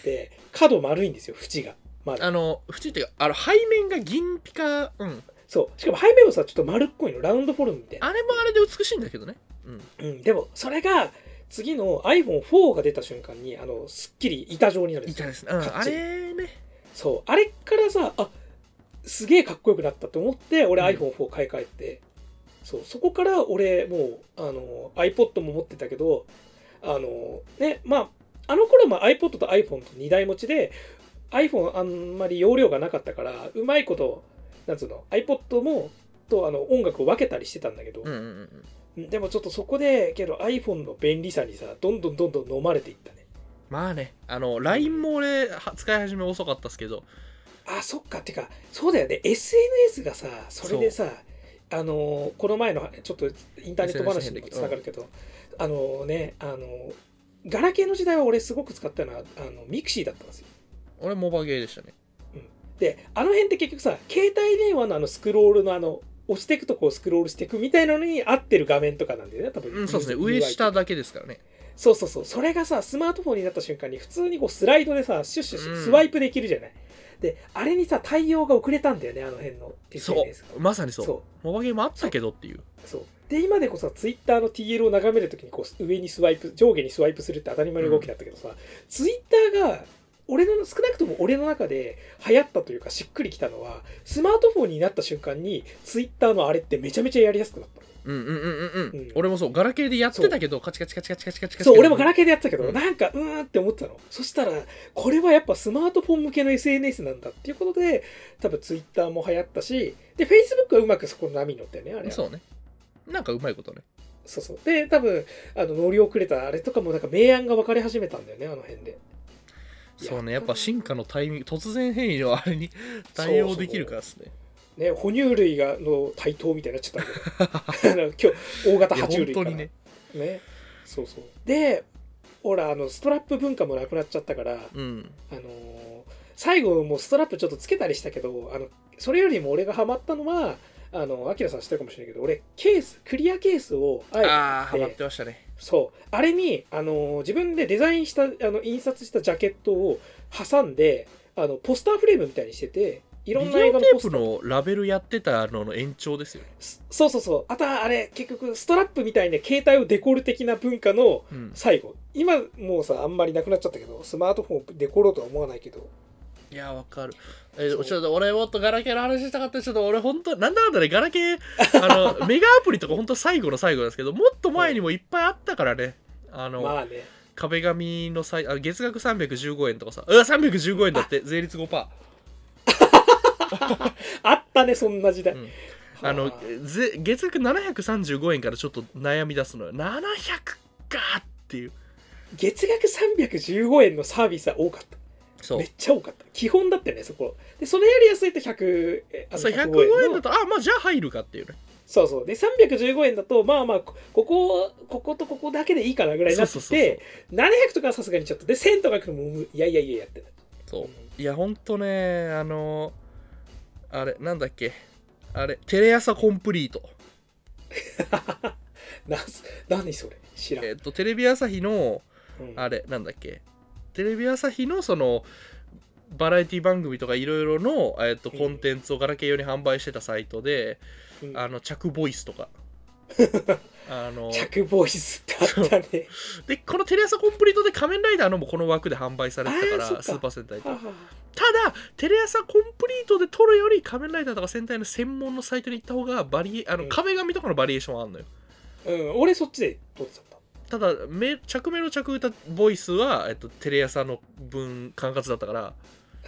B: って角丸いんですよ縁がま
A: うん。あ
B: だ
A: の、縁っていうか、あの、背面が銀ピカ、うん。
B: そうしかも背面もさちょっと丸っこいのラウンドフォルムみたいな
A: あれもあれで美しいんだけどね。うん。
B: うん、でもそれが次の iPhone4 が出た瞬間にあのすっきり板状になるん
A: い
B: ですよ
A: たですね。うん。
B: か
A: あ
B: っちり
A: れね。
B: そうあれからさあすげえかっこよくなったと思って俺
A: うん
B: iPhone4 買い替えて、そうそこから俺もうあの iPod も持ってたけどあのねまああの頃も iPod と iPhone と2台持ちで iPhone あんまり容量がなかったからうまいことなんつうの iPod もとあの音楽を分けたりしてたんだけど、
A: うんうんうん
B: でもちょっとそこでけど iPhone の便利さにさどんどんどんどん飲まれていったね
A: まあね、あの、LINE も俺、は使い始め遅かったっすけど、
B: あそっかてかそうだよね SNS がさそれでさあのーこの前のちょっとインターネット話
A: SNS
B: にもつながるけど、あのーねあのーガラケーの時代は俺すごく使ったのはあのミクシーだったんですよ
A: 俺モバゲーでしたね。
B: であの辺って結局さ携帯電話のあのスクロールのあの押していくとこうスクロールしていくみたいなのに合ってる画面とかなんだよね多分、
A: うん、そうですね。
B: UI
A: 上下だけですからね。
B: そうそうそう、それがさ、スマートフォンになった瞬間に、普通にこうスライドでさ、シュッシュッシュ
A: うん
B: スワイプできるじゃない。で、あれにさ、対応が遅れたんだよね、あの辺の
A: そ
B: SNS が。
A: う、まさにそう。
B: そ
A: モバゲームあったけどっていう。
B: うそうで、今でこそさ、ツイッターの TL を眺めるときにこう、上にスワイプ、上下にスワイプするって当たり前の動きだったけどさ、ツイッターが、俺の少なくとも俺の中で流行ったというかしっくりきたのはスマートフォンになった瞬間にツイッターのあれってめちゃめちゃやりやすくなった
A: うんうんうんうんう
B: うん
A: ん。俺もそう、ガラケーでやってたけど、カチカチカチカチカチカチカチ。
B: そう、俺もガラ
A: ケ
B: ケーでやってたけど、
A: うん
B: なんか、うーんって思ってたの。そしたら、これはやっぱスマートフォン向けの SNS なんだっていうことで、多分ツイッターも流行ったし、で、Facebook はうまくそこの波に乗ったよね、あれは。
A: そうね。なんかうまいことね。
B: そうそうで、多分、あの、乗り遅れたあれとかも、なんか明暗が分かれ始めたんだよね、あの辺で。いや
A: そうね、やっぱ進化のタイミング、突然変異のあれに対応できるからですね。
B: ね、哺乳類がの対等みたいになっちゃったけどあ の今日、大型
A: いや、
B: 爬虫
A: 本
B: 類か
A: 当
B: ら
A: に。ね。
B: ね。そうそう。で、ほら、あの、ストラップ文化もなくなっちゃったから、
A: うん。
B: あのー最後もうストラップちょっとつけたりしたけどあのそれよりも俺がハマったのはあの、アキラさん知ってるかもしれないけど、俺、ケース、クリアケースを、あえて
A: ああハ
B: 買
A: マ
B: っ、
A: っててましたね
B: そう、あれに、あの、自分でデザインした、あの、印刷したジャケットを挟んで、あの、ポスターフレームみたいにしてて、い
A: い
B: ろん
A: ビ
B: な
A: デ
B: 映画
A: オ
B: の
A: テ
B: ポ
A: ープ
B: スター。
A: のラベルやってたのの延長ですよね、
B: そそうそうそう。あとは、あれ、結局、ストラップみたいな携帯をデコる的な文化の
A: うん、
B: 最後。今、もうさ、あんまりなくなっちゃったけど、スマートフォンをデコろうとは思わないけど、
A: いやわかるえ
B: そう
A: ちょっと俺もっとガラケーの話したかったちょっと俺本当なんだかんだねガラケーあ のメガアプリとか本当最後の最後ですけどもっと前にもいっぱいあったからねあの、
B: まあね。
A: 壁紙のさいあ月額315円とかさうわ315円だって税率5%
B: あったね、そんな時代。
A: うん
B: は
A: あのぜ月額735円からちょっと悩み出すのよ700かっていう
B: 月額315円のサービスは多かった。
A: そ
B: めっちゃ多かった。基本だったよね、そこ。で、それより安いと100、えあ
A: う
B: の
A: そう105
B: 105
A: 円だ
B: の
A: とあまあじゃあ入るかっていうね
B: そうそう。で、315円だと、まあまあ、こここ、こことここだけでいいかなぐらいになって
A: そうそうそう
B: て、700とかはさすがにちょっと。で、1000とかいくのも、うんいやいやいややってた。
A: そうういやほんとねあのあれなんだっけあれテレ朝コンプリート
B: な、何それ知らん。
A: えっとテレビ朝日の
B: うん
A: あれなんだっけテレビ朝日のそのバラエティ番組とかいろいろの、えっと
B: うん
A: コンテンツをガラケー用に販売してたサイトで、
B: うん
A: あの着ボイス とかあの
B: 着ボイスってあったね。
A: でこのテレ朝コンプリートで仮面ライダーのもこの枠で販売されてた
B: あー
A: か
B: そっ
A: ら
B: か
A: スーパー戦隊と
B: は
A: た
B: あは
A: だテレ朝コンプリートで撮るより仮面ライダーとか戦隊の専門のサイトに行った方がバリエあの
B: うん
A: 壁紙とかのバリエーションはあるのよ
B: あうん、俺そっちで撮ってたんだ。
A: ただめ着目の着歌ボイスは、えっと、テレ朝の分管轄だったから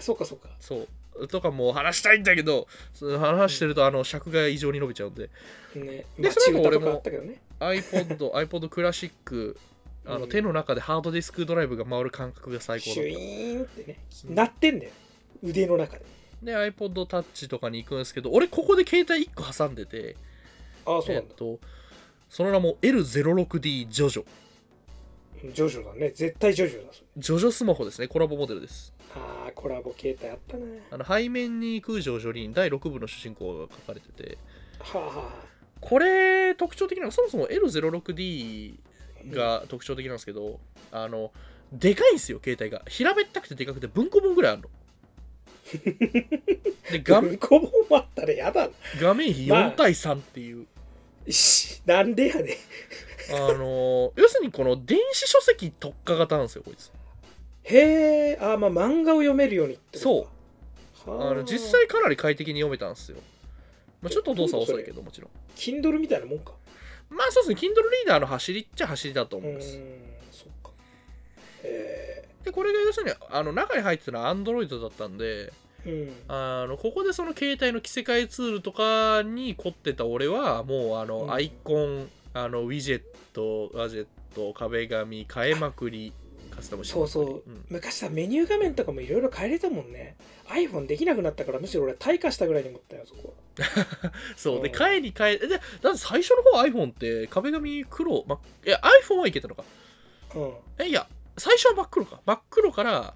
B: そっかそっか。
A: そうとかもう話したいんだけどその話してるとあの尺が異常に伸びちゃうんで
B: ね。
A: で
B: まあ、
A: そ
B: 中
A: の後
B: 古
A: 俺
B: と
A: も
B: かあったけどね。
A: iPod iPod クラシックあの、
B: うん
A: 手の中でハードディスクドライブが回る感覚が最高だっ
B: シ
A: た
B: ュイーンってね、
A: うん
B: 鳴ってんだよ腕の中で
A: で iPod タッチとかに行くんですけど俺ここで携帯1個挟んでて
B: ああそう
A: え
B: なんだ
A: っ、とその名も L06D ジョジョ
B: ジョジョだね絶対ジョジョだそれ
A: ジョジョスマホですねコラボモデルです
B: ああコラボ形態あったね
A: あの背面に行くジョジョに第6部の主人公が書かれてて
B: はあは
A: これ特徴的なのがそもそも L06D
B: あ
A: が特徴的なんですけどあのでかいんですよ携帯が平べったくてでかくて文庫本ぐらいある ので画
B: 文庫本もあったらやだな
A: 画面比4対3っていう、
B: しなんでやねん
A: あのー要するにこの電子書籍特化型なんですよこいつ
B: へえああまあ漫画を読めるようにってう
A: あの実際かなり快適に読めたんですよ、まあ、ちょっと動作遅いけどもちろん
B: Kindle みたいなもんか
A: まあそうですね Kindle リーダーの走りっちゃ走りだと
B: う
A: 思うんです、
B: ーんそっかえ
A: でこれが要するにあの中に入ってたのは Android だったんで
B: えうん
A: あのここでその携帯の着せ替えツールとかに凝ってた俺はもうあ
B: うん
A: のアイコン、あのウィジェットガジェット壁紙変えまくりカスタムしま
B: そ
A: く
B: う
A: り
B: そう、
A: ん
B: 昔さメニュー画面とかもいろいろ変えれたもんね iPhone できなくなったからむしろ俺退化したぐらいに思ったよそこ
A: そうで
B: うん
A: 替えに替えでだって最初の方 iPhone って壁紙黒、ま、いや iPhone はいけたのか
B: うん
A: えいや最初は真っ黒か真っ黒から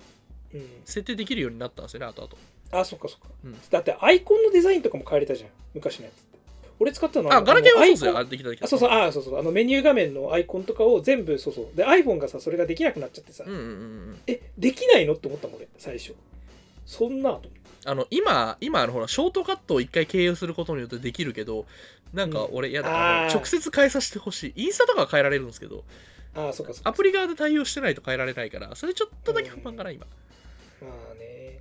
B: うん、
A: 設定できるようになったんですよねあとあと
B: あそっかそっか、
A: うん
B: だってアイコンのデザインとかも変えれたじゃん昔のやつって俺使ったの
A: あガラケーはそうですよ
B: あ
A: あれ
B: の
A: できたでき
B: あ
A: た
B: そうそうあそうそうあのメニュー画面のアイコンとかを全部そうそうで iPhone がさそれができなくなっちゃってさ、
A: うんうんうんうん
B: えできないのって思ったもん俺最初そんなと思って
A: あの今今あのほらショートカットを一回経由することによってできるけどなんか俺やだ、あ
B: あ
A: の
B: ー
A: 直接変えさせてほしいインスタとかは変えられるんですけど
B: あそっかそっか
A: アプリ側で対応してないと変えられないからそれちょっとだけ不満かな今
B: まあね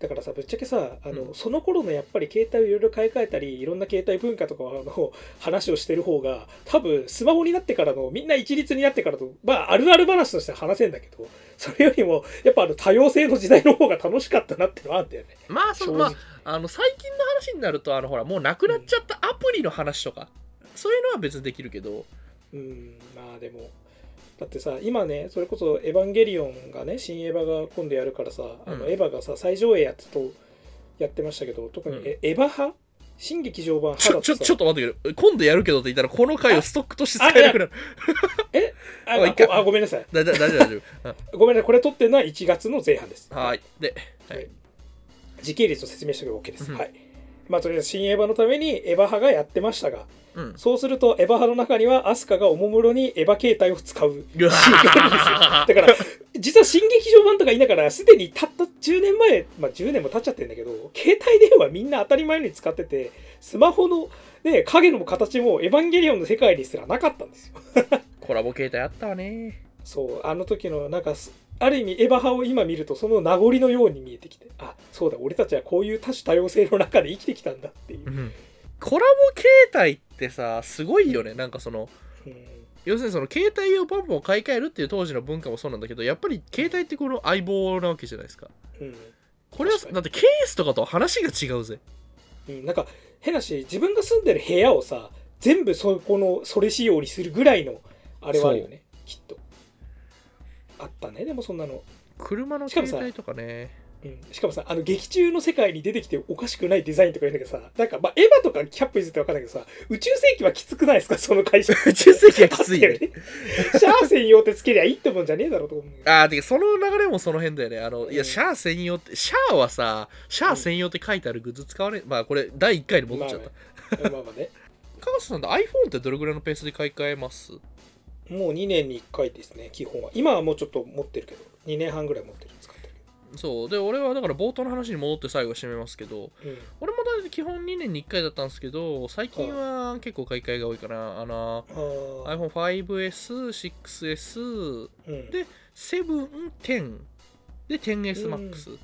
B: だからさぶっちゃけさあの、
A: うん
B: その頃のやっぱり携帯をいろいろ買い替えたりいろんな携帯文化とかの話をしてる方が多分スマホになってからのみんな一律になってからとまああるある話としては話せんだけどそれよりもやっぱあの多様性の時代の方が楽しかったなってのはあったよね
A: まあそ
B: 正
A: の
B: 直、
A: まああの最近の話になるとあのほらもうなくなっちゃったアプリの話とか、そういうのは別にできるけど
B: うんまあでもだってさ今ねそれこそ「エヴァンゲリオン」がね新エヴァが今度やるからさ、あの
A: うん
B: エヴァがさ最上映やってとやってましたけど特にえ、エヴァ派新劇場版
A: ち
B: 派だ
A: ょちょ
B: とさ
A: ちょっと待ってくれ今度やるけどって言ったらこの回をストックとして使えなくなる
B: あ
A: おい
B: あ
A: 一回
B: ごあごめんなさい。
A: だだ大丈夫大丈
B: ごめんなさい。これ撮ってるのは1月の前半です。
A: 夫はーいで、は
B: はいい、時系列を説明しておけば OK です。
A: うん
B: はい。まあとりあえず新エヴァのためにエヴァ派がやってましたが
A: うん
B: そうするとエヴァ派の中にはアスカがおもむろにエヴァ形態を使う
A: うわ
B: シーンがあるんですよだから 実は新劇場版とか言いながらすでにたった10年前まあ10年も経っちゃってるんだけど携帯電話みんな当たり前に使っててスマホのね影の形もエヴァンゲリオンの世界にすらなかったんですよ
A: コラボ携帯あったわね
B: そうあの時のなんかすある意味エヴァ派を今見るとその名残のように見えてきてあそうだ俺たちはこういう多種多様性の中で生きてきたんだっていう、
A: コラボ携帯ってさすごいよねなんかその
B: うん
A: 要するにその携帯をポンポン買い替えるっていう当時の文化もそうなんだけどやっぱり携帯ってこの相棒なわけじゃないですか
B: うん
A: これは
B: 確かに
A: だってケースとかと話が違うぜ
B: うん、なんか変なし自分が住んでる部屋をさ全部そこのそれ仕様にするぐらいのあれはあるよねきっとあったねでもそんなの、
A: 車の
B: しかもさ
A: 携帯とかね
B: うん、しかもさあの劇中の世界に出てきておかしくないデザインとか言うんだけどさなんかまあエヴァとかキャップ譲って分かんないけどさ宇宙世紀はきつくないですかその会社
A: 宇宙世紀はきつい ね
B: あったよシャア専用ってつけりゃいいってもんじゃねえだろうと思うんだけど
A: ああてかその流れもその辺だよねあのいうや
B: ん
A: シャア専用ってシャアはさシャア専用って書いてあるグッズ使われまあこれ第1回に戻っちゃった、
B: まあまあまあね
A: カワスさんって iPhone ってどれぐらいのペースで買い替えます
B: もう2年に1回ですね基本は今はもうちょっと持ってるけど2年半ぐらい持ってる使ってる
A: そうで俺はだから冒頭の話に戻って最後締めますけど
B: けど、うん
A: 俺もだいたい基本2年に1回だったんですけど最近は結構買い替えが多いかなあの
B: あー
A: iPhone5S6S
B: うん
A: で710で 10SMAX、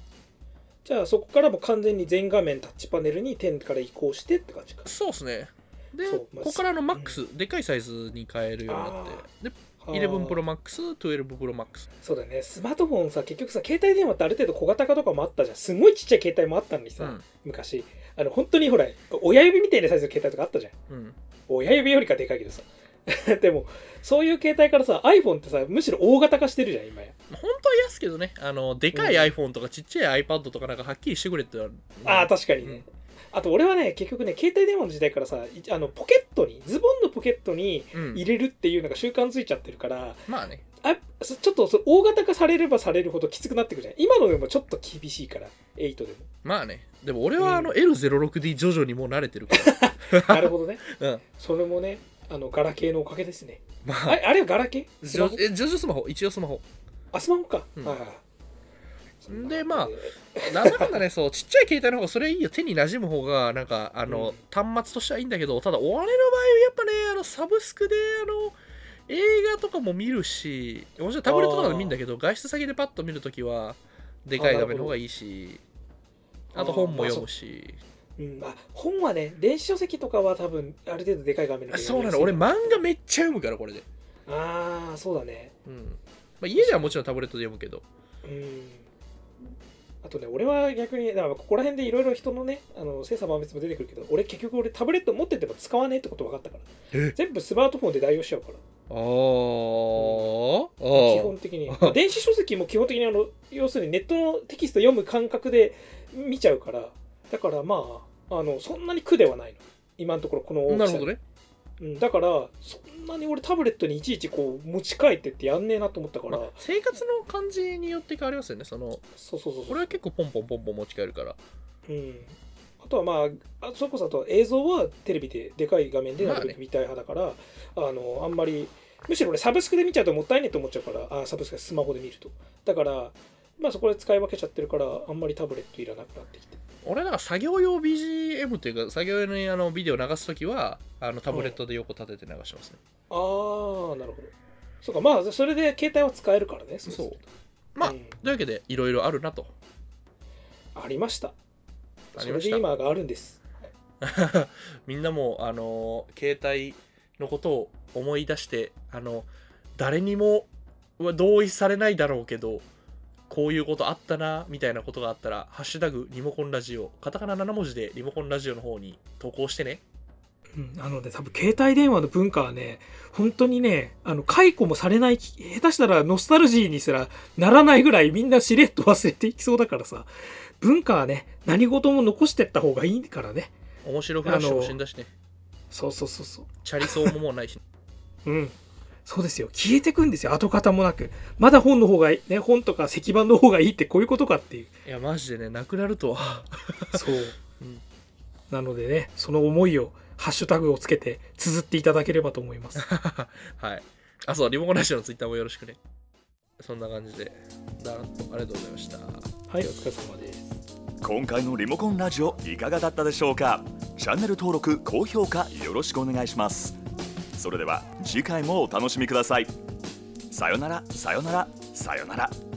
B: じゃあそこからも完全に全画面タッチパネルに10から移行してって感じか。
A: そうっすねで、
B: そう
A: ここからの MAX、でかいサイズに変えるようになってで11 Pro
B: あー
A: Max、12 Pro Max。
B: そうだよね。スマートフォンさ、結局さ、携帯電話ってある程度小型化とかもあったじゃん。すごいちっちゃい携帯もあったのにさ、
A: うん
B: 昔。あの、本当にほら、親指みたいなサイズの携帯とかあったじゃん。
A: うん。
B: 親指よりかでかいけどさ。 でも、そういう携帯からさ、iPhone ってさ、むしろ大型化してるじゃん、今や。
A: 本当は安けどね、あの、でかい iPhone とかちっちゃい iPad とかなんかはっきりしてくれってのは。
B: ああ、確かにね。
A: うん
B: あと俺はね、結局ね、携帯電話の時代からさ、いあのポケットに、ズボンのポケットに
A: うん
B: 入れるっていうのが習慣ついちゃってるから、
A: まあね。
B: あそちょっとそ大型化されればされるほどきつくなってくるじゃん今のでもちょっと厳しいから8でも
A: まあね。でも俺はあの L06D 徐々にもう慣れてるから。
B: なるほどね
A: うん。
B: それもねあのガラケーのおかげですね
A: ま
B: あ
A: あ、
B: れあれはガラケース
A: ジ
B: マ
A: ョ
B: ホ
A: えジョジョスマホ、一応スマホ。
B: あスマホか、
A: うん
B: はいはいはいそんな
A: でまあ
B: え
A: なんだかんだね、そう、ちっちゃい携帯の方がそれいいよ。手に馴染む方が、なんか、あの、端末としてはいいんだけど、ただ、俺の場合はやっぱね、あの、サブスクで、あの、映画とかも見るし、もちろんタブレットとかでも見るんだけど、外出先でパッと見るときは、でかい画面の方がいいし、
B: あ
A: あ
B: なるほ
A: と
B: ど
A: 本も読むし。
B: ーうんあ本はね電子書籍とかは多分ある程度でかい画面
A: あそうなの、
B: や
A: 俺
B: りやすい
A: 漫画めっちゃ読むから、これで。
B: ああそうだね
A: うん。まあ、家ではもちろんタブレットで読むけど。
B: うんあとね、俺は逆に、だからここら辺でいろいろ人のね、あの精査万別も出てくるけど、俺結局俺タブレット持ってても使わねえってこと分かったから
A: え、
B: 全部スマートフォンで代用しちゃうから。
A: あーあ
B: 基
A: ー。
B: 本的にまあ電子書籍も基本的にあの要するにネットのテキスト読む感覚で見ちゃうからだからまああのそんなに苦ではないの今のところこの大きさ
A: なるほどね。
B: うん、だからそんなに俺タブレットにいちいちこう持ち帰ってってやんねえなと思ったから、
A: まあ、生活の感じによって変わりますよね。その
B: そうそうそうそう
A: 俺は結構ポンポンポンポン持ち帰るから。
B: うん、あとはまああそれこそあと映像はテレビででかい画面でなるべく見たい派だから、あのあんまりむしろ俺サブスクで見ちゃうともったいねえと思っちゃうからあサブスクスマホで見るとだからまあそこで使い分けちゃってるからあんまりタブレットいらなくなってきて
A: 俺なんか作業用 BGM というか作業用にあのビデオ流すときはあのタブレットで横立てて流しますね。
B: ああなるほどそうかまあそれで携帯は使えるからねそうすると
A: まあ、
B: うん
A: というわけでいろいろあるなと。
B: ありました
A: あ
B: そ
A: り
B: れ
A: ま
B: で
A: した。
B: 今があるんです
A: みんなもあの携帯のことを思い出してあの誰にもは同意されないだろうけどこういうことあったなみたいなことがあったら「ハッシュタグリモコンラジオ」カタカナ7文字でリモコンラジオの方に投稿してね。
B: うん、あのね、多分携帯電話の文化はね、本当にね、あの、解雇もされない、下手したらノスタルジーにすらならないぐらいみんなしれっと忘れていきそうだからさ、文化はね、何事も残してった方がいいからね。
A: 面白フラッシュも死んだしね。
B: そうそうそうそう。
A: チャリソーももうないし、
B: うん。そうですよ。消えてくんですよ。跡形もなく。まだ本の方がいい、ね、本とか石板の方がいいってこういうことかっていう。
A: いやマジでねなくなるとは
B: そう。
A: うん
B: なのでねその思いをハッシュタグをつけて綴っていただければと思います
A: はい。あ、そう、リモコンラジオのツイッターもよろしくね。そんな感じで、だらっとありがとうございました。
B: はいお疲れ様です
C: 今回のリモコンラジオいかがだったでしょうかチャンネル登録高評価よろしくお願いしますそれでは次回もお楽しみくださいさよならさよならさよなら